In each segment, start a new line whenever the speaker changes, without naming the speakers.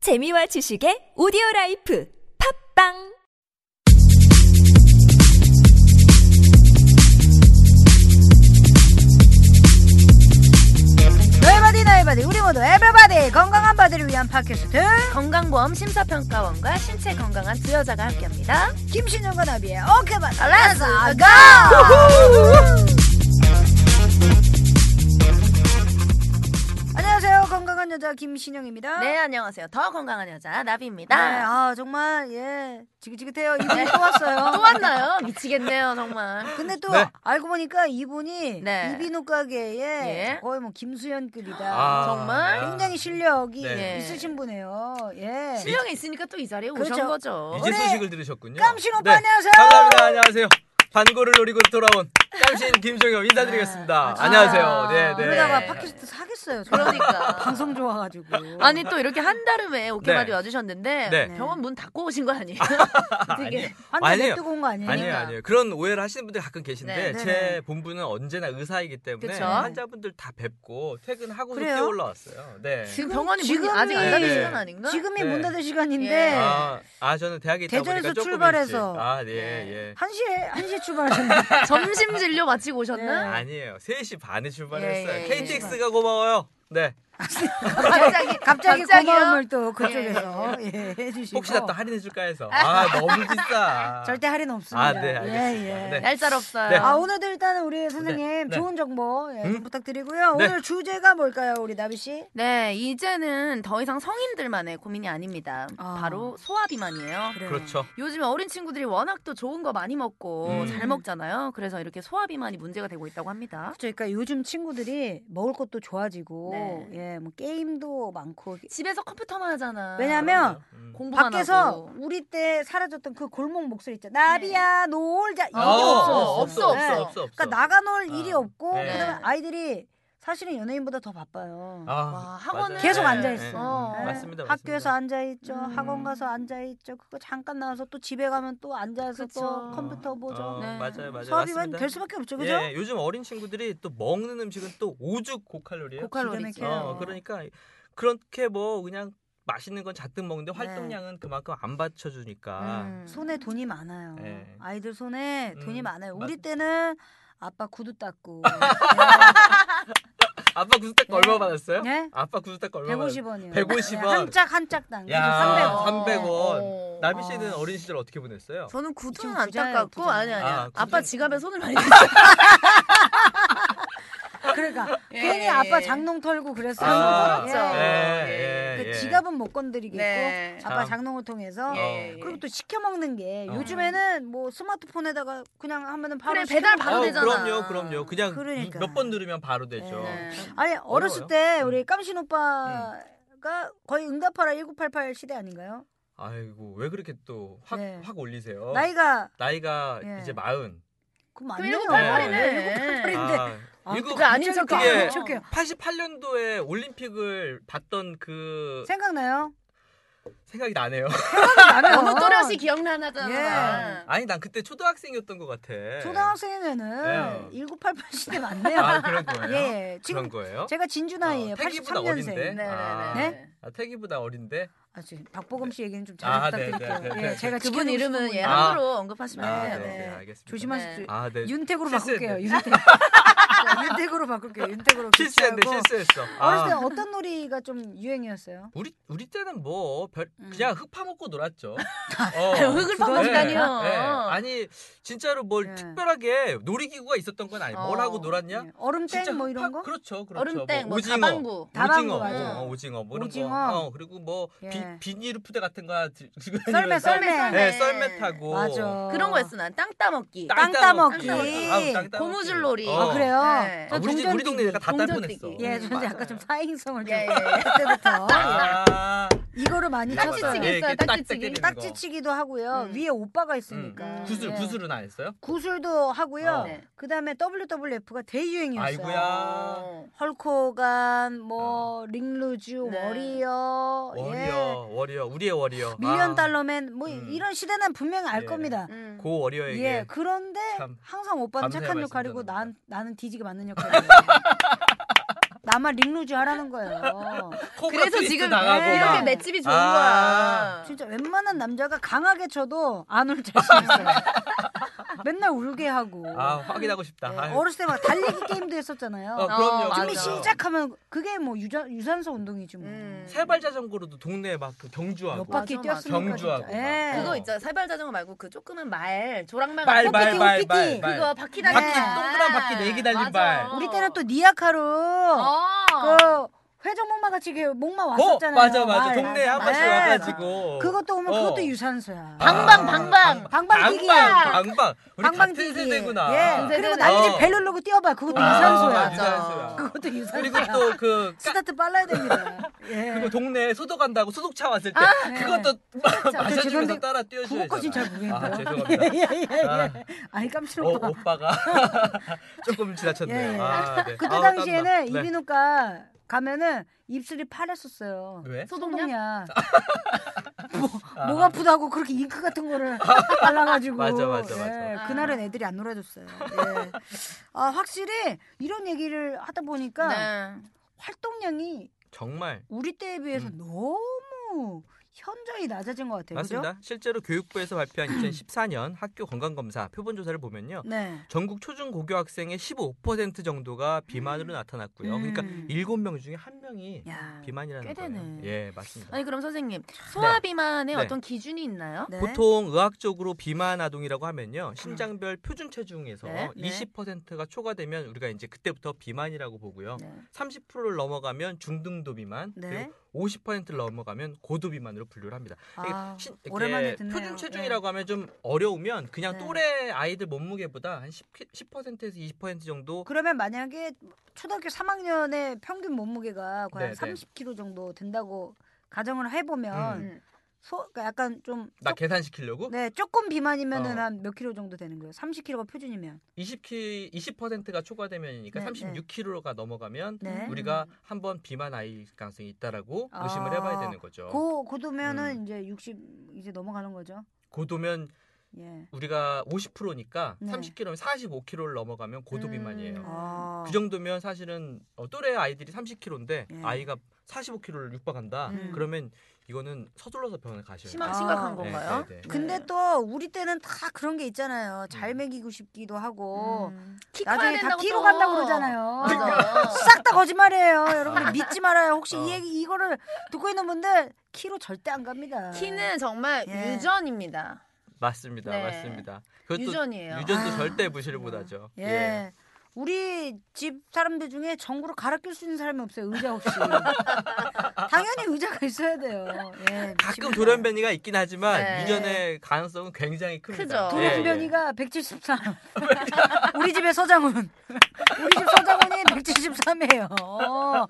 재미와 지식의 오디오 라이프 팝빵
너의 바디 나의 바디 우리 모두 에브리바디 건강한 바디를 위한 팟캐스트 건강보험 심사평가원과 신체 건강한 두 여자가 함께합니다 김신영과 나비의 오케이 바디 렛츠 고 안녕하세요 건강한 여자 김신영입니다
네 안녕하세요 더 건강한 여자
네,
나비입니다
아 정말 예 지긋지긋해요 이분 또 왔어요
또 왔나요 미치겠네요 정말
근데 또
네.
알고 보니까 이분이
네.
이비인후 가게에
예.
거의 뭐 김수현급이다
아,
정말?
굉장히 실력이
네.
있으신 분이에요 예
실력이 있으니까 또 이 자리에
그렇죠.
오신 거죠
이제
올해
소식을 들으셨군요. 네.
깜신 오빠 안녕하세요.
감사합니다. 안녕하세요. 반고를 노리고 돌아온 깜신 김종혁
아,
인사드리겠습니다. 안녕하세요. 네, 네.
그러다가 팟캐스트 사겠어요. 저는.
그러니까.
방송 좋아가지고.
아니 또 이렇게 한달음에 오케마디
네.
와주셨는데
네.
병원 문 닫고 오신 거 아니에요
되게
아니에요.
완전 뜨거운 거 아니에요? 그러니까
아니에요, 아니에요. 그런 오해를 하시는 분들이 가끔 계신데
네,
네, 네.
제 본부는 언제나 의사이기 때문에
그쵸.
환자분들 다 뵙고 퇴근하고
그래요?
뛰어올라왔어요. 네.
지금 병원이
지금이-
문이 아직 안 닫은
네.
시간 아닌가
지금이
네.
문 닫을 시간인데
예.
아, 아, 저는 대학에 있다 보니까
대전에서
조금
출발해서.
일찍. 아, 네,
네.
예.
한 시에 한 시에 출발하셨네.
점심 진료 마치고
네.
오셨나
아니에요. 3시 반에 출발했어요.
예, 예, 예.
KTX가 고마워요. 네.
갑자기
갑자기
갑자기요?
고마움을 또 그쪽에서 예, 해주시고.
혹시나 또 할인해줄까 해서. 아, 너무 비싸.
절대 할인 없습니다.
아, 네, 알겠습니다.
예, 예.
네.
얄짤 없어요
네.
아 오늘도 일단은 우리 선생님
네.
좋은 정보 예, 좀
음?
부탁드리고요.
네.
오늘 주제가 뭘까요, 우리 나비 씨?
네, 이제는 더 이상 성인들만의 고민이 아닙니다.
아.
바로 소화 비만이에요.
그래요.
그렇죠.
요즘 어린 친구들이 워낙 또 좋은 거 많이 먹고
음.
잘 먹잖아요. 그래서 이렇게 소화 비만이 문제가 되고 있다고 합니다.
그러니까 요즘 친구들이 먹을 것도 좋아지고
네.
예, 뭐 게임도 많고
집에서 컴퓨터만 하잖아.
왜냐면
음.
공부만
밖에서
하고.
우리 때 사라졌던 그 골목 목소리 있죠. 나비야 놀자 이게
아,
없어졌어요.
없어, 없어,
네.
없어.
그러니까 나가 놀
아,
일이 없고
네.
그다음에 아이들이 사실은 연예인보다 더 바빠요.
아,
와, 학원은
맞아요.
계속
네,
앉아
네,
있어.
어.
네.
맞습니다.
학교에서
맞습니다.
앉아 있죠.
음.
학원 가서 앉아 있죠. 그거 잠깐 나와서 또 집에 가면 또 앉아서 또
그쵸.
컴퓨터
어,
보죠.
네.
맞아요, 맞아요.
수업이면
맞습니다.
될 수밖에 없죠, 그죠?
예, 요즘 어린 친구들이 또 먹는 음식은 또 오죽 고칼로리예요.
고칼로리죠.
기가 막혀요.
어, 그러니까 그렇게 뭐 그냥 맛있는 건 잔뜩 먹는데
네.
활동량은 그만큼 안 받쳐주니까.
음.
손에 돈이 많아요.
네.
아이들 손에 돈이
음,
많아요. 우리
맞-
때는 아빠 구두 닦고
아빠 구두닦
네.
얼마 받았어요?
네?
아빠 구두닦 얼마 받았어요?
150원이요. 네,
150 원.
한짝 한짝당.
야,
아, 300원.
300 원.
어.
나비
어.
씨는 어린 시절 어떻게 보냈어요?
저는 구두는
지금
안
부자예요,
닦았고
부자.
아니 아니
아,
아,
구두는-
아빠 지갑에 손을 많이 댔어요.
그러니까
예.
괜히 아빠 장롱 털고 그랬어요.
아,
예.
털었죠.
예, 예,
그
예.
지갑은 못 건드리겠고
네.
아빠
참.
장롱을 통해서
예, 예.
어, 그리고 또 시켜 먹는 게
어.
요즘에는 뭐 스마트폰에다가 그냥 하면은 바로
그래,
시켜
배달
먹-
바로
어,
되잖아.
그럼요, 그럼요. 그냥
그러니까.
몇 번 누르면 바로 되죠.
네.
아니 어렸을
어려워요. 음.
때 우리 깜신 오빠가 거의 응답하라 1988 시대 아닌가요?
아이고 왜 그렇게 또 확 확
네.
올리세요?
나이가
나이가
예.
이제 마흔.
그럼 안
그
돼요.
1988 이네.
아,
일곱
일곱-
그거 아닌
갑자기
척해.
아닌
예.
척해요.
88년도에 올림픽을 봤던 그
생각나요?
생각이 나네요.
너무 아, 또렷이 네. 기억나잖아.
예.
아니 난 그때 초등학생이었던 것 같아.
초등학생에는
네.
1988 시대 맞네요.
아 그런 거예요?
예, 지금
그런 거예요?
제가 진주 나이에요.
어, 태기보다
83년생.
어린데?
네네네.
아.
네?
아, 태기보다 어린데.
아, 지금 박보검 씨 얘기는 좀 잘
아, 네,
부탁드릴게요.
네, 네,
예,
네.
제가
그분
지켜보고
이름은
싶은
예,
분이에요.
아.
함부로 언급하시면 안
아,
돼요.
네,
네.
네, 알겠습니다.
조심하십시오.
아, 네.
윤택으로
실수했네.
바꿀게요. 윤택. 윤택으로 바꿀게요. 윤택으로
실수했네,
교체하고.
실수했어.
어렸을 때
아,
어떤 놀이가 좀 유행이었어요?
우리 우리 때는 뭐 별,
음.
그냥 흙 파먹고 놀았죠.
아유,
어.
흙을
그거- 네,
퍼가지고 다니요.
예. 아니 진짜로 뭘
네.
특별하게 놀이기구가 있던 건 아니. 뭘
어,
하고 놀았냐?
예, 얼음땡 뭐 이런
파-
거?
그렇죠, 그렇죠.
얼음땡, 뭐
오징어,
가방구.
다방구
오징어,
맞아.
어, 오징어, 뭐 이런
오징어.
거. 어, 그리고 뭐
예.
비, 비닐 푸대 같은 거 들- 들고
썰매,
다니면서.
썰매.
네, 썰매 타고.
맞아.
그런 거였어 난 땅 따먹기.
땅 따먹기.
아우, 땅 따먹기. 어.
고무줄놀이.
아, 그래요?
네.
아,
저
우리 집
동전
우리 동네 애가 다딸
동전뛰기.
뻔했어.
예, 저는
맞아요.
약간 좀 사행성을 좀
예, 예, 예.
그때부터
아,
이거를 많이
딱지
쳤어요.
예,
치기. 했어요, 딱지 치기.
딱지치기도 하고요.
음.
위에 오빠가 있으니까.
음.
구슬
예.
구슬은 안 했어요?
구슬도 하고요.
어.
네.
그다음에 WWF가 대유행이었어요.
아이고야. 아.
헐코간, 뭐 링루즈,
네.
워리어, 예.
워리어, 워리어, 우리의 워리어.
밀리언
아,
달러맨 뭐
음.
이런 시대는 분명히 알
예.
겁니다.
음.
고 워리어에게.
예, 그런데
참
항상 오빠는
감사의
착한
말씀
역할이고
전합니다.
난 나는 뒤지게 맞는 역할이에요. 나만 링루즈 하라는 거예요.
그래서 지금
나가고
네,
이렇게
막.
맷집이 좋은
아.
거야.
진짜 웬만한 남자가 강하게 쳐도 안 울 자신 있어요. 맨날 울게 하고.
아 확인하고 싶다.
네,
아유.
어렸을 때 막 달리기 게임도 했었잖아요.
어, 그럼요.
어,
준비
맞아.
시작하면 그게 뭐 유자, 유산소 운동이지 뭐.
음.
세발 자전거로도 동네에 막 그 경주하고
몇 바퀴
맞아, 맞아.
뛰었으니까
경주하고
진짜.
막.
예.
그거
어.
있잖아. 세발 자전거 말고 그 조그만 말. 조랑말
말,
같은
말,
거.
말,
말, 어, 말.
그거 바퀴 달린
바퀴,
말.
동그란 바퀴 네개 달린
맞아.
발.
우리 때는 또 니아카로
어.
그 회전목마 같이 이렇게 목마
어
왔었잖아요.
맞아 맞아
말.
동네 에한
네.
번씩 와가지고
그것도 오면
어. 아,
그것도 유산소야.
방방, 방방.
방방뛰기.
방방 방방 우리
방방뛰기.
같은 세대구나.
예.
세대.
그리고 나중에
어.
벨 누르고 뛰어봐. 그것도
아,
유산소야.
맞아, 유산소야.
그것도 유산소야.
그리고 또그
스타트 빨라야 됩니다. 예.
그리고 동네에 소독 간다고 소독차 왔을 때
네.
그것도 마셔주면서
죄송한데
따라 뛰어줘야
그것까진 잘 모르겠네요.
아, 죄송합니다.
예, 예, 예.
아.
아이
어,
깜치로봐.
오빠가 조금 지나쳤네요.
예, 예.
아, 네.
그때
아우,
당시에는
땀나. 네.
이비인후과 가면은 입술이 파랬었어요.
왜?
소독약.
아.
목 아프다고 그렇게 잉크 같은 거를 발라가지고.
맞아, 맞아, 맞아.
예, 그날은 애들이 안 놀아줬어요. 예. 아 확실히 이런 얘기를 하다 보니까
네.
활동량이
정말
우리 때에 비해서
음.
너무 현저히 낮아진 것 같아요. 그죠?
맞습니다. 실제로 교육부에서 발표한 2014년 학교 건강검사 표본 조사를 보면요.
네.
전국 초중 고교 학생의 15% 정도가 비만으로 나타났고요. 그러니까
음.
7명 중에 한명이
야.
비만이라는
꽤 되네.
거예요. 예, 맞습니다.
아니 그럼 선생님 소아 비만의
네.
어떤 기준이 있나요?
네.
보통 의학적으로 비만 아동이라고 하면요. 신장별 표준 체중에서
네, 네.
20%가 초과되면 우리가 이제 그때부터 비만이라고 보고요.
네.
30%를 넘어가면 중등도 비만,
네.
그리고 50%를 넘어가면 고도 비만으로 분류를 합니다.
아,
신- 이렇게
오랜만에 듣네요.
표준 체중이라고 하면 좀 어려우면 그냥
네.
또래 아이들 몸무게보다 한 10, 10%에서 20% 정도
그러면 만약에 초등학교 3학년의 평균 몸무게가 과연
네, 네.
30kg 정도 된다고 가정을 해보면
음.
소, 그러니까 약간 좀
나
쪼-
계산시키려고
네, 조금 비만이면은
어.
한 몇 킬로 정도 되는 거예요. 30kg가 표준이면.
20키 20%가 초과되면이니까
네,
36kg가 넘어가면
네.
우리-
음, 우리가 한번 비만 아이 가능성이 있다라고
아,
의심을 해봐야 되는 거죠.
고 고도면은
음.
이제 60 이제 넘어가는 거죠.
고도면
예.
우리가 50%니까
네.
30kg면 45kg를 넘어가면 고도
음.
비만이에요.
아.
그 정도면 사실은 어, 또래 아이들이 30kg인데
예.
아이가 45kg를 육박한다.
음.
그러면 이거는 서둘러서 병원에 가셔야 돼요.
심각
아.
심각한
네,
건가요?
네, 네.
근데 또 우리 때는 다 그런 게 있잖아요. 잘
음.
먹이고 싶기도 하고
음. 키 커야
나중에 다
된다고
키로
또.
간다고 그러잖아요.
그러니까 네.
맞아.
싹 다 거짓말이에요. 여러분들 믿지 말아요. 혹시
어.
이 얘기 이거를 듣고 있는 분들 키로 절대 안 갑니다.
키는 정말
예.
유전입니다.
맞습니다.
네.
맞습니다. 그것도 유전,
유전이에요.
도
아,
절대 무시를 못하죠.
예. 우리 집 사람들 중에 전구로 갈아 낄 수 있는 사람이 없어요. 의자 없이. 당연히 의자가 있어야 돼요. 예,
가끔
미칩니다.
돌연변이가 있긴 하지만
네.
유전의 가능성은 굉장히 큽니다.
크죠.
예, 예.
돌연변이가 173. 우리 집의 서장훈. 우리 집 서장훈이 173이에요.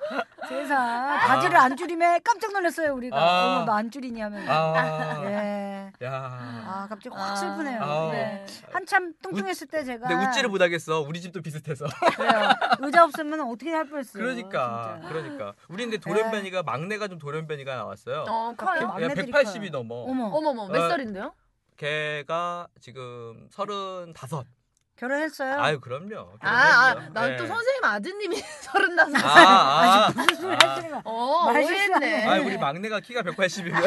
세상. 바지를 안 줄이면 깜짝 놀랐어요, 우리가.
아.
어머, 너 안 줄이니 하면서.
아,
예.
야.
아, 갑자기 확
아.
슬프네요.
아.
네. 한참 뚱뚱했을 때 제가.
근데 웃지를 못하겠어. 네, 우리 집도 비슷해서.
그래요. 의자 없으면 어떻게 할 뻔했어요.
그러니까,
그렇죠, 진짜.
그러니까. 우리 근데 돌연변이가 막내가 좀 돌연변이가 나왔어요.
어
커요?
커요?
야,
막내들이
180이
커요.
넘어.
어머,
어머머 몇
어.
살인데요?
걔가 지금 35.
결혼했어요?
아유, 그럼요.
아난 또
예.
선생님 아드님이 서른다섯.
아, 아,
아직 무슨 소리 하시는 거야?
어
말 실수하네.
오해했네.
아, 우리 막내가 키가
아,
180이면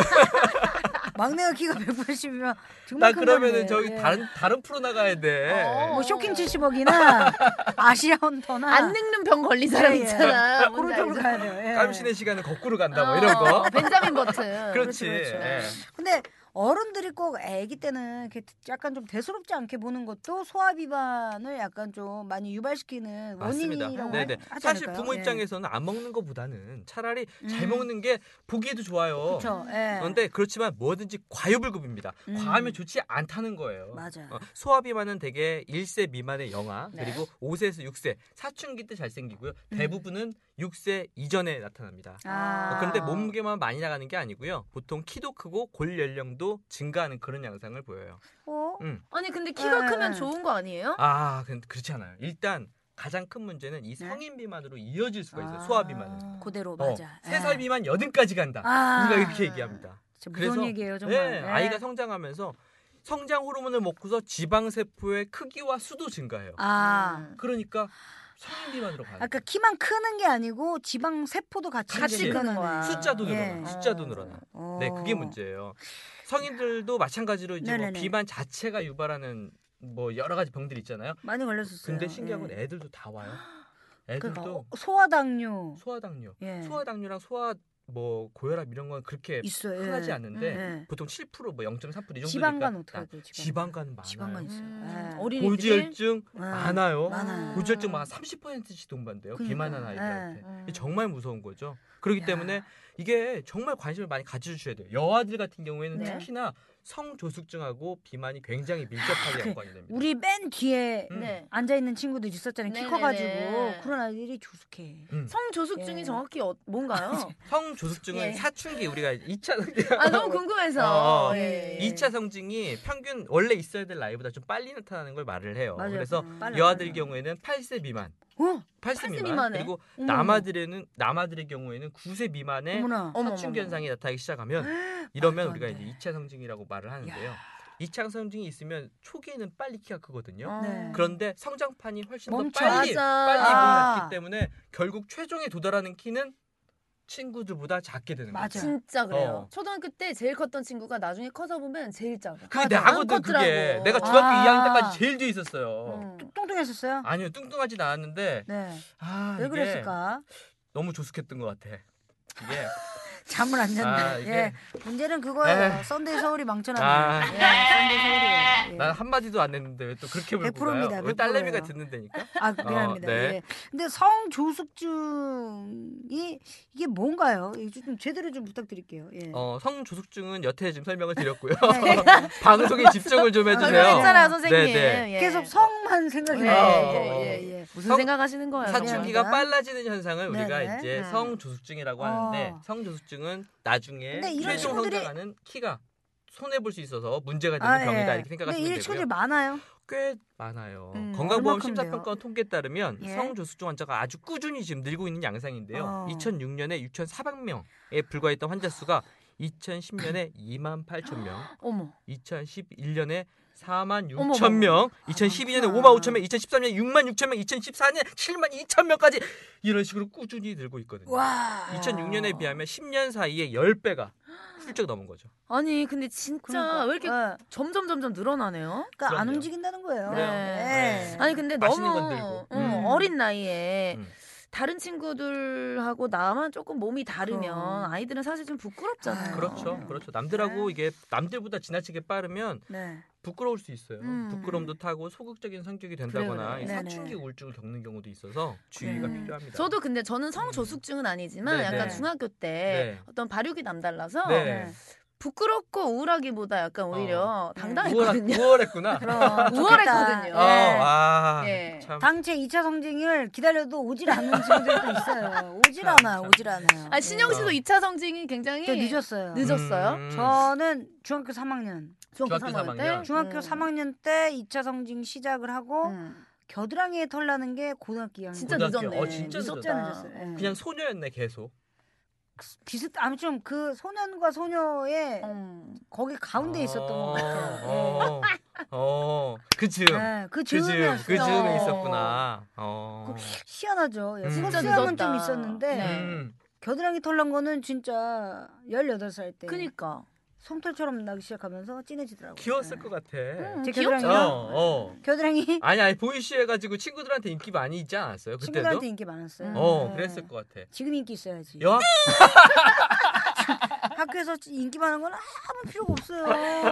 막내가 키가 180이면 정말
나
큰
그러면은
건데.
저기
예.
다른 다른 프로 나가야 돼.
어.
뭐 쇼킹 70억이나 아시아 헌터나
안 늙는 병 걸린 사람
예, 예.
있잖아. 뭔지
그런 쪽으로
알죠?
가야 돼요. 예.
깜신의 시간은 거꾸로 간다 뭐
어,
이런 거.
벤자민 버튼.
그렇죠,
그렇지.
그렇죠.
예.
근데 어른들이 꼭 아기 때는 이렇게 약간 좀 대수롭지 않게 보는 것도 소아 비만을 약간 좀 많이 유발시키는
맞습니다.
원인이라고
네네.
하지
사실
않을까요?
부모
예.
입장에서는 안 먹는 것보다는 차라리 잘
음.
먹는 게 보기에도 좋아요.
그렇죠. 예.
그런데 그렇지만 뭐든지 과유불급입니다.
음.
과하면 좋지 않다는 거예요.
맞아요.
어, 소아비만은 대개 1세 미만의 영아
네.
그리고 5세에서 6세 사춘기 때 잘생기고요. 대부분은 6세 이전에 나타납니다.
음. 아.
어, 그런데 몸무게만 많이 나가는 게 아니고요. 보통 키도 크고 골 연령도 증가하는 그런 양상을 보여요.
어?
음.
아니 근데 키가
예,
크면
예.
좋은 거 아니에요?
아, 근- 그렇지 않아요. 일단 가장 큰 문제는 이
네.
성인 비만으로 이어질 수가 있어요.
아.
소아 비만은.
음.
그대로
어,
맞아. 예.
3살 미만 여든까지 간다.
아.
우리가 이렇게 얘기합니다.
진짜 무서운
그래서-
얘기예요,
네,
정말. 예.
아이가 성장하면서 성장 호르몬을 먹고서 지방 세포의 크기와 수도 증가해요.
아.
음.
그러니까 성인 비만으로 가는
아까 그 키만 크는 게 아니고 지방 세포도 같이
같이
이제
크는 거야.
늘어나네.
숫자도
예.
늘어나. 숫자도 늘어나.
어.
네, 그게 문제예요. 성인들도 마찬가지로 이제 뭐
네네네.
비만 자체가 유발하는 뭐 여러 가지 병들 있잖아요.
많이 걸렸었어요.
근데 신기한 건
예.
애들도 다 와요.
그러니까
애들도
어, 소화당뇨
소화당뇨,
예.
소화당뇨랑 소화 뭐 고혈압 이런 건 그렇게
있어요.
흔하지
예.
않는데
예.
보통 7%뭐 0.3%이 정도니까
지방간 어떻게
나-
돼요? 지방간.
지방간은 많아요.
지방간 있어요.
음,
예.
어린이들이
고지혈증 음.
예.
많아요.
많아요.
고지혈증 막 30%씩 동반돼요.
그러니까. 예.
비만한 아이들한테.
음.
이게 정말 무서운 거죠. 그렇기
야.
때문에 이게 정말 관심을 많이 가져주셔야 돼요. 여아들 같은 경우에는
네.
특히나 성조숙증하고 비만이 굉장히 밀접하게 연관이 됩니다.
아, 그 우리 맨 뒤에
음.
네.
앉아 있는 친구들 있었잖아요. 키
네네네.
커가지고 그런 아이들이 조숙해.
음.
성조숙증이
예.
정확히 어, 뭔가요?
성조숙증은
예.
사춘기 우리가 2차
아 너무 궁금해서.
어,
예.
2차 성징이 평균 원래 있어야 될 나이보다 좀 빨리 나타나는 걸 말을 해요.
맞아요. 음,
그래서
빨라,
여아들
빨라.
경우에는 8세 미만,
어?
8세,
8세
미만
미만에?
그리고
어머,
남아들에는 남아들의 경우에는 9세 미만에
음. 어머나.
어머,
사춘기
어머,
현상이 나타나기 시작하면 이러면
말도 안
우리가
돼.
이제 2차 성징이라고 말을 하는데요. 2차 성징이 있으면 초기에는 빨리 키가 크거든요.
어머.
네.
그런데 성장판이 훨씬
멈춰.
더 빨리
맞아.
빨리
아.
모았기 때문에 결국 최종에 도달하는 키는 친구들보다 작게 되는 거죠.
맞아.
진짜 그래요.
어.
초등학교 때 제일 컸던 친구가 나중에 커서 보면 제일 작아.
그게
안
나거든 그게
컸더라고.
내가 중학교
아.
2학년 때까지 제일 뒤에 있었어요.
음.
뚱뚱했었어요?
아니요 뚱뚱하진 않았는데
네.
아,
왜
이게
그랬을까?
너무 조숙했던 것 같아. 이게
잠을 안 잤네.
아 이게
예. 문제는 그거예요.
에이.
썬데이 서울이 망쳐놨네.
아,
예, 썬데이 서울이에요. 예.
난 한마디도 안 했는데 왜 또 그렇게 물고
100%입니다,
가요? 우리 딸내미가
100%예요.
듣는 데니까.
아, 미안합니다.
어, 네.
예. 근데 성조숙증이 이게 뭔가요? 이거 좀 제대로 좀 부탁드릴게요. 예.
어, 성조숙증은 여태 지금 설명을 드렸고요.
네.
방송에 집중을 좀 해주세요.
설명했잖아 선생님.
네,
예.
계속 성만 생각이
예,
네,
나요.
어,
예, 예, 예. 무슨
성-
생각하시는 거예요?
사춘기가
정말.
빨라지는 현상을 우리가
네. 네네.
이제
음.
성조숙증이라고 하는데
어.
성조숙증은 나중에
근데 이런
최종
친구들이- 아, 네.
성장하는 키가 손해 볼 수 있어서 문제가 되는 병이다 이렇게
예. 근데
생각하시면
이
되고요.
친구들이 많아요.
꽤 많아요.
음,
건강보험
얼마큼
심사평가원 통계에 따르면
예.
성조숙증 환자가 아주 꾸준히 지금 늘고 있는 양상인데요.
어.
2006년에 6,400명에 불과했던 환자 수가 2010년에 2만 8천 명,
어머.
2011년에 4만
어머, 아,
6천 명, 2012년에 5만 5천 명, 2013년에 6만 6천 명, 2014년에 7만 2천 명까지 이런 식으로 꾸준히 늘고 있거든요.
와.
2006년에 비하면 10년 사이에 10배가 훌쩍 넘은 거죠.
아니 근데 진짜
그러니까.
왜 이렇게
예.
점점 점점 늘어나네요?
그러니까 안
그럼요.
움직인다는 거예요.
그래요.
예.
네.
아니 그 근데
맛있는
너무
건 들고.
음,
음.
어린 나이에
음.
다른 친구들하고 나만 조금 몸이 다르면
그럼.
아이들은 사실 좀 부끄럽잖아요.
아,
그렇죠. 그렇죠. 남들하고 이게 남들보다 지나치게 빠르면
네.
부끄러울 수 있어요.
음.
부끄럼도 타고 소극적인 성격이 된다거나
그래요.
이
네네.
사춘기 우울증을 겪는 경우도 있어서 주의가
음.
필요합니다.
저도 근데 저는 성조숙증은 아니지만
네,
네.
약간 중학교 때
네.
어떤 발육이 남달라서
네.
부끄럽고 우울하기보다 약간 오히려
어.
당당했거든요.
우월하, 우월했구나.
그럼
우월했거든요.
어,
좋겠다. 예.
아,
예.
참.
당최 2차 성징을 기다려도 오질 않는 친구들도 있어요. 오질
참,
않아,
참.
오질 않아요.
아 신영 씨도
어.
2차 성징이 굉장히
예. 늦었어요.
늦- 늦었어요?
음.
저는 중학교 3학년.
중학교
중학교
3학년
삼학년.
때
중학교
음.
3학년 때 2차 성징 시작을 하고
음.
겨드랑이에 털 나는 게 고등학교 2학년.
진짜
고등학교.
늦었네.
어, 진짜
늦었다.
진짜 늦었어요. 예.
그냥 소녀였네 계속.
비슷 아무튼 그 소년과 소녀의
음.
거기
아,
가운데 있었던 것 같아요.
어, 어, 그 즈음,
네, 그
그 즈음,
즈음이었어요. 그
그 즈음에
어.
있었구나. 어,
시원하죠. 예.
음.
수업
진짜
시간은 좀
늦었다.
있었는데
네.
음,
겨드랑이 털난 거는 진짜 18살
네.
때
그니까.
솜털처럼 나기 시작하면서 진해지더라고요.
귀여웠을
네.
것 같아.
음,
제
어,
겨드랑이요?
어.
겨드랑이
아니 아니 보이시 해가지고 친구들한테 인기 많이 있지 않았어요 그때도?
친구들한테 인기 많았어요.
어,
네.
그랬을 것 같아.
지금 인기 있어야지.
여학
학교에서 인기 많은 건 아무 필요가 없어요.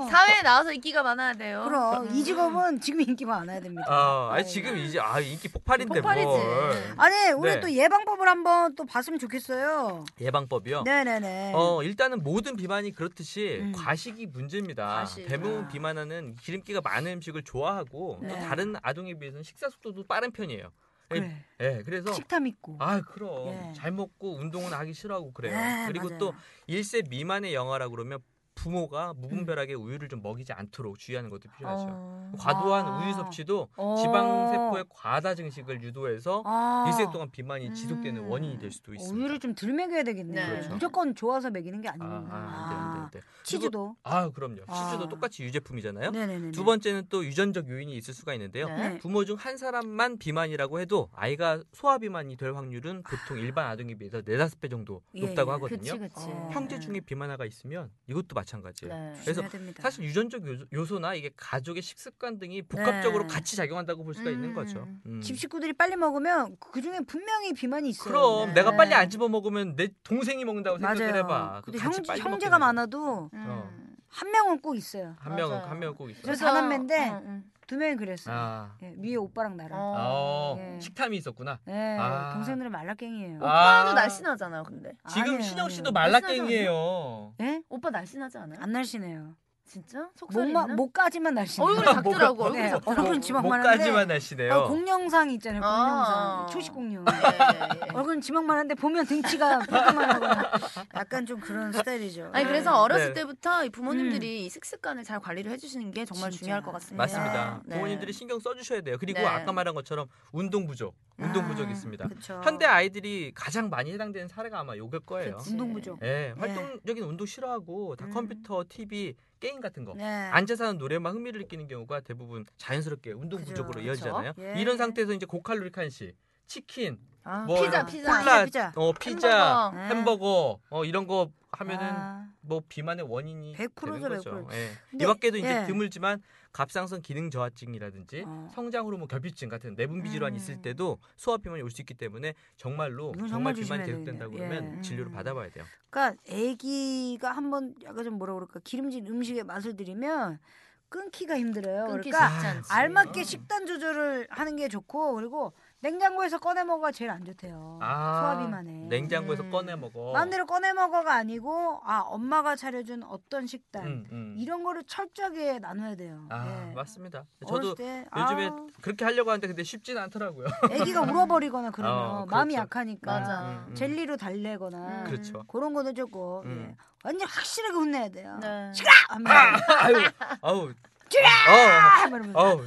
사회에 나와서 인기가 많아야 돼요.
그럼 이 직업은 지금 인기 많아야 됩니다.
아, 아니
네.
지금 이제 아 인기 폭발인데
폭발이지.
뭘
아니 오늘
네.
또 예방법을 한번 또 봤으면 좋겠어요.
예방법이요?
네네네.
어 일단은 모든 비만이 그렇듯이
음.
과식이 문제입니다.
과식.
대부분
아.
비만하는 기름기가 많은 음식을 좋아하고
네.
또 다른 아동에 비해서는 식사 속도도 빠른 편이에요.
그래.
예, 그래서
식탐 있고.
아 그럼
예.
잘 먹고 운동은 하기 싫어하고 그래요.
네,
그리고
맞아요.
또 1세 미만의 영아라 그러면 부모가 무분별하게
음.
우유를 좀 먹이지 않도록 주의하는 것도 필요하죠.
어.
과도한
아.
우유 섭취도
어.
지방세포의 과다 증식을 유도해서
아. 어,
일생 동안 비만이 지속되는
음.
원인이 될 수도 있습니다.
우유를 좀 덜 먹여야 되겠네.
네.
그렇죠.
무조건 좋아서 먹이는 게
아,
아니구나.
아, 안 돼, 안 돼, 안 돼.
치즈도.
아, 그럼요.
아.
치즈도 똑같이 유제품이잖아요.
네네네.
두 번째는 또 유전적 요인이 있을 수가 있는데요.
네.
부모 중 한 사람만 비만이라고 해도 아이가 소아 비만이 될 확률은 보통 일반 아동에 비해서 네다섯 배 정도
예,
높다고
예.
하거든요.
그치 그치.
어.
형제 중에 비만화가 있으면 이것도 마찬가지예요.
네.
그래서
조심해야 됩니다.
사실 유전적 요소- 요소나 이게 가족의 식습관 등이 복합적으로
네.
같이 작용한다고 볼 수가 있는
음.
거죠. 음.
집 식구들이 빨리 먹으면 그 중에 분명히 비만이 있어요.
그럼
네.
내가 빨리 안 집어 먹으면 내 동생이 먹는다고 생각을
맞아요.
해봐.
근데
같이
형,
빨리 먹게
형제가
되는
많아도
어.
음.
한 명은 꼭 있어요.
거야. 한 명은
맞아요.
한 명은 꼭 있어.
그래서- 사남매인데
어, 응.
두 명이 그랬어요.
아,
예, 미애 오빠랑 나랑.
어.
어,
예.
식탐이 있었구나.
예,
아.
동생들은 말라깽이에요.
아.
오빠도 날씬하잖아요. 근데
지금
아니에요, 네.
신영 씨도
아니에요.
말라깽이에요.
예?
오빠 날씬하지 않아요?
안 날씬해요.
진짜? 속살이
목마,
있나?
목까지만 날씬해요.
얼굴이
어,
작더라고. 얼굴이
네,
작더라고.
얼굴은 지방만
목까지만
한데
날씬해요.
어, 공룡상 있잖아요. 공룡상.
아.
초식 공룡.
예, 예.
얼굴은 지방만 한데 보면 등치가 푸근만 하거나 약간 좀 그런 스타일이죠.
아니 그래서 어렸을
네.
때부터 이 부모님들이 이 식습관을 잘 관리를 해주시는 게 정말
진짜.
중요할 것
아,
같습니다.
맞습니다.
네.
부모님들이 신경 써주셔야 돼요. 그리고
네.
아까 말한 것처럼 운동 부족, 운동
아,
부족이 있습니다.
네. 그쵸.
현대 아이들이 가장 많이 해당되는 사례가 아마 요걸 거예요.
그치.
운동 부족.
예, 활동적인 운동 싫어하고 다
음.
컴퓨터, TV, 게임 같은 거
네.
앉아서 하는 노래만 흥미를 느끼는 경우가 대부분 자연스럽게 운동
그죠.
부족으로
그쵸.
이어지잖아요.
예.
이런 상태에서 이제 고칼로리 칸식, 치킨,
아,
뭐
피자
이런
피자.
콜라,
피자.
어 피자,
햄버거.
햄버거, 어 이런 거 하면은
아,
뭐 비만의 원인이
100% 죠,
되는 거죠.
100%.
예.
근데,
이밖에도 이제
예.
드물지만 갑상선 기능 저하증이라든지
어. 예.
성장 호르몬 결핍증 같은 내분비 질환이 있을
음.
때도 소화 비만이 올 수 있기 때문에 정말로
이건 정말
정말 비만이
조심해야 음.
계속된다 고
되겠네요.
그러면
예.
진료를 받아봐야 돼요.
그러니까 아기가 한번 약간 좀 뭐라 그럴까 기름진 음식에 맛을 들이면 끊기가 힘들어요.
끊기
그러니까
쉽지 않지.
알맞게
음.
식단 조절을 하는 게 좋고 그리고 냉장고에서 꺼내 먹어가 제일 안 좋대요. 소화비만에.
아,
예.
냉장고에서
음.
꺼내 먹어.
마음대로 꺼내 먹어가 아니고 아 엄마가 차려준 어떤 식단
음, 음.
이런 거를 철저하게 나눠야 돼요.
아
예.
맞습니다.
어렸을
저도
때,
요즘에
아,
그렇게 하려고 하는데 근데 쉽진 않더라고요.
아기가 울어버리거나 그러면
어,
마음이
그렇죠.
약하니까
맞아.
음, 음.
젤리로 달래거나
음.
그렇죠.
그런 거는 조금
음.
예. 완전 확실하게 혼내야 돼요.
네.
하면 아!
아유, 아우,
아!
어,
이러면서
아우,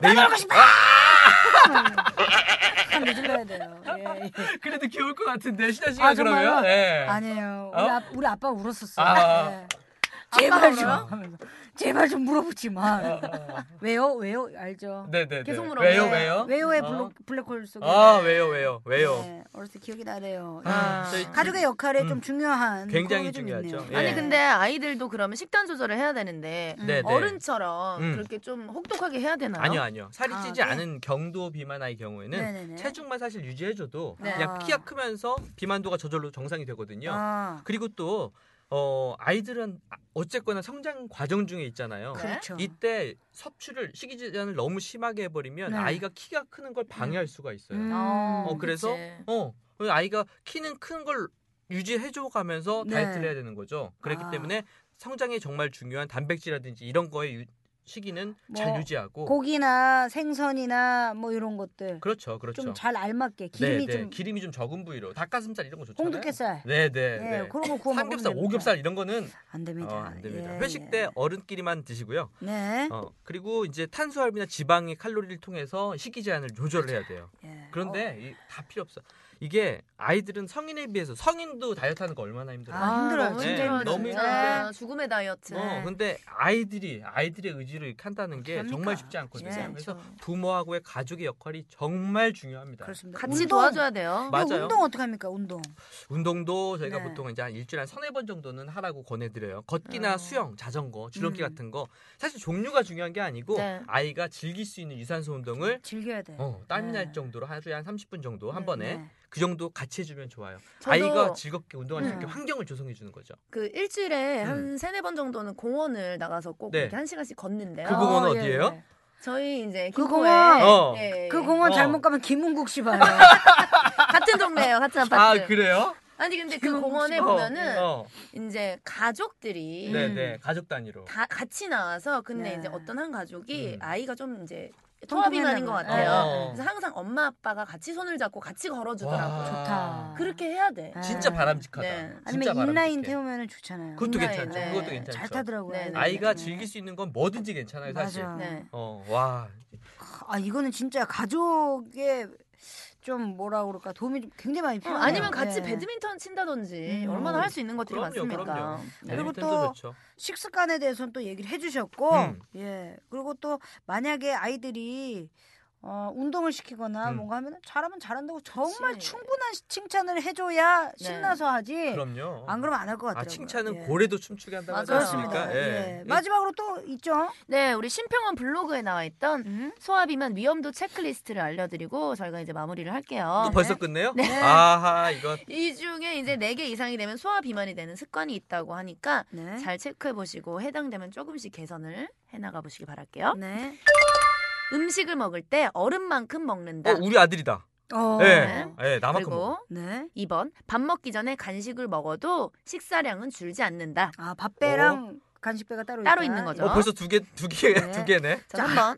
내 입-
약간 늦을려야 돼요. 예, 예.
그래도 귀여울 것 같은데 시다 씨가
아, 정말요?
그러면 예.
아니에요. 우리,
어?
아, 우리 아빠 울었었어.
아.
예. 제발 좀
울어요?
하면서. 제발 좀 물어보지 마. 왜요? 왜요? 알죠.
네네.
계속
왜요
물어봐요.
왜요?
왜요의
어?
블록, 블랙홀 속에.
아 왜요 왜요 왜요?
네, 어렸을 때 기억이 나네요. 예.
아, 저희
가족의 역할이
음.
좀 중요한. 그런
굉장히
게좀
중요하죠.
있네요.
예.
아니 근데 아이들도 그러면 식단 조절을 해야 되는데
네, 네.
어른처럼
음.
그렇게 좀 혹독하게 해야 되나요?
아니요 아니요 살이
아,
찌지
네.
않은 경도 비만아의 경우에는
네네네.
체중만 사실 유지해줘도
네.
그냥
아.
키가 크면서 비만도가 저절로 정상이 되거든요.
아,
그리고 또 어, 아이들은 아- 어쨌거나 성장 과정 중에 네. 있잖아요.
그렇죠.
이때 섭취를 식이 제한을 너무 심하게 해버리면
네.
아이가 키가 크는 걸 방해할 수가 있어요.
음.
어, 그래서
그치.
어, 그래서 아이가 키는 큰 걸 유지해줘 가면서
네.
다이어트를 해야 되는 거죠. 그렇기
아.
때문에 성장에 정말 중요한 단백질이라든지 이런 거의 유- 시기는 잘
뭐,
유지하고
고기나 생선이나 뭐 이런 것들
그렇죠, 그렇죠.
좀 잘 알맞게 기름이
네, 네.
좀
기름이 좀 적은 부위로 닭가슴살 이런 거 좋잖아요.
홍두깨살.
네, 네,
예,
네.
그런 거 구워 먹으면
삼겹살,
됩니다.
오겹살 이런 거는
안 됩니다.
어, 안 됩니다.
예,
회식
예.
때 어른끼리만 드시고요.
네.
어, 그리고 이제 탄수화물이나 지방의 칼로리를 통해서 식이 제한을 조절을 해야 돼요.
예.
그런데 이, 다 필요 없어. 이게 아이들은 성인에 비해서 성인도 다이어트하는 거 얼마나 힘들어요.
아, 힘들어요.
너무
진짜
힘들어요, 네.
너무
진짜.
힘든데.
죽음의 다이어트.
어, 근데 아이들이 아이들의 의지를 한다는 게
그러니까.
정말 쉽지 않거든요.
예,
그래서
그렇죠.
부모하고의 가족의 역할이 정말 중요합니다.
그렇습니다.
같이
운동.
도와줘야 돼요.
마-
이거
맞아요.
운동 어떻게 합니까? 운동.
운동도 저희가
네.
보통 이제 한 일주일에 한 서너 번 정도는 하라고 권해드려요. 걷기나
어.
수영, 자전거, 줄넘기
아. 음.
같은 거. 사실 종류가 중요한 게 아니고
네.
아이가 즐길 수 있는 유산소 운동을
즐겨야 돼.
어, 땀이
네.
날 정도로 하루에 한 30분 정도 한
네,
번에
네.
그 정도 같이 해주면 좋아요.
저도-
아이가 즐겁게 운동할 수 있게
음.
환경을 조성해 주는 거죠.
그 일주일에
음.
한 세네 번 정도는 공원을 나가서 꼭
네.
이렇게 한 시간씩 걷는데요.
그 공원
어,
어디예요?
예, 예.
저희 이제
그
김포에
공원!
어.
예, 예.
그 공원
어.
잘못 가면 김은국 씨 봐요.
같은 동네예요, 같은 아파트.
그래요?
아니 근데 그
김은국
공원에
씨.
어,
보면은 음.
어.
이제 가족들이
네, 네. 가족 단위로.
다 같이 나와서 근데
네.
이제 어떤 한 가족이
음.
아이가 좀 이제 통합인간인 것 같아요.
어.
그래서 항상 엄마 아빠가 같이 손을 잡고 같이 걸어주더라고요.
와.
좋다.
그렇게 해야 돼.
아.
진짜 바람직하다.
네.
진짜
아니면 인라인
바람직해.
태우면 좋잖아요.
그것도
인라인,
괜찮죠.
네.
그것도
잘
괜찮죠.
타더라고요.
네, 네.
아이가 즐길 수 있는 건 뭐든지 괜찮아요, 사실.
맞아.
네.
어, 와.
아 이거는 진짜 가족의 좀 뭐라 그럴까 도움이 좀 굉장히 많이
어,
필요해요.
아니면 같이
네.
배드민턴 친다든지
음.
얼마나 할 수 있는 것들이
그럼요,
많습니까?
그럼요.
네.
그리고
배드민턴도 그렇죠.
또-
좋죠.
식습관에 대해서는 또 얘기를 해주셨고,
음.
예. 그리고 또 만약에 아이들이 어, 운동을 시키거나
음.
뭔가 하면 잘하면 잘한다고 정말
그치.
충분한 시- 칭찬을 해줘야
네.
신나서 하지.
그럼요.
안 그러면 안 할 것 같아요. 예.
아, 칭찬은 고래도 춤추게 한다고 하지
맞아요.
않습니까?
그렇습니다. 예. 마지막으로 또 있죠.
네, 우리 심평원 블로그에 나와 있던
음?
소아비만 위험도 체크리스트를 알려드리고 저희가 이제 마무리를 할게요.
이거 벌써 끝내요?
네.
아하, 이거
이 중에 이제 네 개 이상이 되면 소아 비만이 되는 습관이 있다고 하니까
네.
잘 체크해 보시고 해당되면 조금씩 개선을 해 나가 보시기 바랄게요.
네.
음식을 먹을 때 얼음만큼 먹는다.
어, 우리 아들이다.
어.
예.
네.
예, 나만큼. 먹어.
그리고
네.
2번 밥 먹기 전에 간식을 먹어도 식사량은 줄지 않는다.
아, 밥배랑 간식배가 따로
따로
있다.
있는 거죠.
어, 벌써 두 개, 두 개,
네.
두 개네.
자, 3번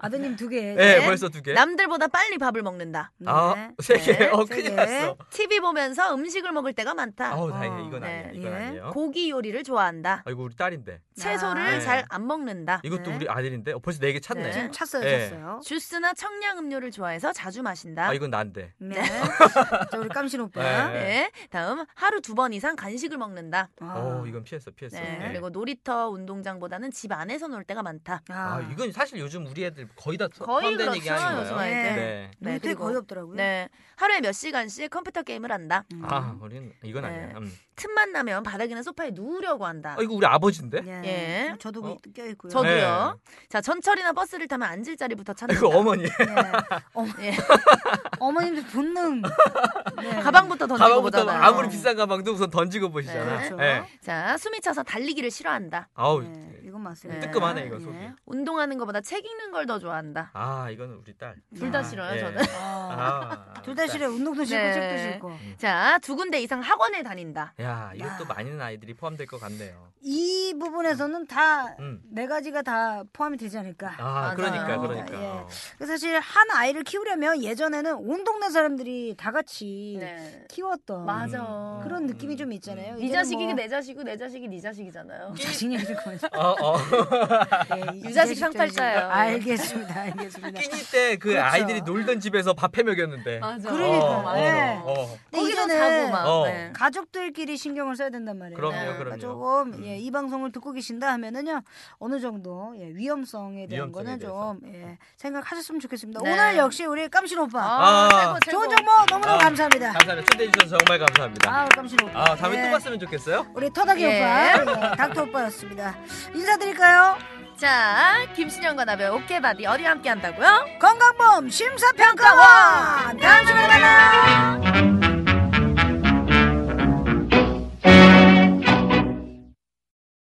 아드님 두 개.
예,
네.
벌써 두 개.
남들보다 빨리 밥을 먹는다.
네.
아, 세 개.
네,
어,
세
큰일
개.
났어.
TV 보면서 음식을 먹을 때가 많다.
아우, 다행이야. 이건
네.
아니야. 이건
예.
아니에요.
고기 요리를 좋아한다.
아이고, 우리 딸인데.
채소를
네.
잘 안 먹는다.
이것도
네.
우리 아들인데. 어, 벌써 네 개 찼네.
네.
지금 찼어요,
예.
찼어요.
주스나 청량 음료를 좋아해서 자주 마신다.
아, 이건 난데.
네. 자, 우리 깜신 오빠.
네.
네. 다음 하루 두 번 이상 간식을 먹는다.
아.
어, 이건 피했어, 피했어.
네.
예.
그리고 놀이터 운동장보다는 집 안에서 놀 때가 많다.
아,
아, 이건 사실 요즘 우리 애들 거의 다 포-
거의
포함된
그렇죠.
얘기 하는
요즘
거예요.
네.
아이들.
네.
네,
놀 때
그리고-
거의 없더라고요.
네. 하루에 몇 시간씩 컴퓨터 게임을 한다.
음.
아, 우리는 이건
네.
아니야. 음.
틈만 나면 바닥이나 소파에 누우려고 한다.
아, 이거 우리 아버지인데?
예.
예.
저도
어?
껴 있고요. 네.
저도요. 자, 전철이나 버스를 타면 앉을 자리부터 찾는다.
이거 어머니.
네. 예.
어머님들 본능. 네.
가방부터 던지고
가방부터
보잖아요.
아무리 비싼 가방도 우선 던지고 보시잖아.
네.
예.
그렇죠.
자, 숨이 차서 달리기를 싫어한다.
아우
네, 이건 맞습니다.
뜨끔하네 이거 속이.
예.
운동하는 것보다 책 읽는 걸 더 좋아한다.
아 이거는 우리 딸.
둘 다
아,
싫어요,
예.
저는.
아.
아, 우리
둘다
딸.
싫어. 운동도 싫고
네.
책도 싫고.
자, 두 군데 이상 학원에 다닌다.
야 이것도 많은 아이들이 포함될 것 같네요.
이 부분에서는 다 네
음.
가지가 다 포함이 되지 않을까.
아
맞아요.
그러니까
예.
그러니까. 어.
그 사실 한 아이를 키우려면 예전에는 온 동네 사람들이 다 같이
네.
키웠던
맞아.
그런
음,
느낌이
음,
좀 있잖아요.
네
이제는
자식이
뭐
내 자식이고 내 자식이 네 자식이잖아요.
자식 얘기를 그만.
어, 어.
예,
유자식
이제식적인-
상팔자예요.
알겠습니다. 알겠습니다.
끼니 때 그
그렇죠.
아이들이 놀던 집에서 밥 해먹였는데.
맞아.
그러니까,
어,
네.
어, 어.
거기서
이제는-
자고 막.
어.
네.
가족들끼리 신경을 써야 된단 말이에요.
그럼요,
네.
그럼요.
조금
음.
예, 이 방송을 듣고 계신다 하면은요 어느 정도 예, 위험성에 대한
위험성에
거는
대해서.
좀
음.
예, 생각하셨으면 좋겠습니다.
네.
오늘 역시 우리 깜신 오빠
아,
아.
최고, 최고.
좋은 정보 너무너무
아,
감사합니다.
감사합니다. 초대해 주셔서 정말 감사합니다.
아우 깜신 오빠.
아 다음에
예.
또 봤으면 좋겠어요.
우리 터닥이
예.
오빠, 예, 닥터 오빠였습니다. 인사드릴까요?
자, 김신영과 나의 오케바디 어디 함께 한다고요?
건강보험 심사평가원 다음 주에 만나요.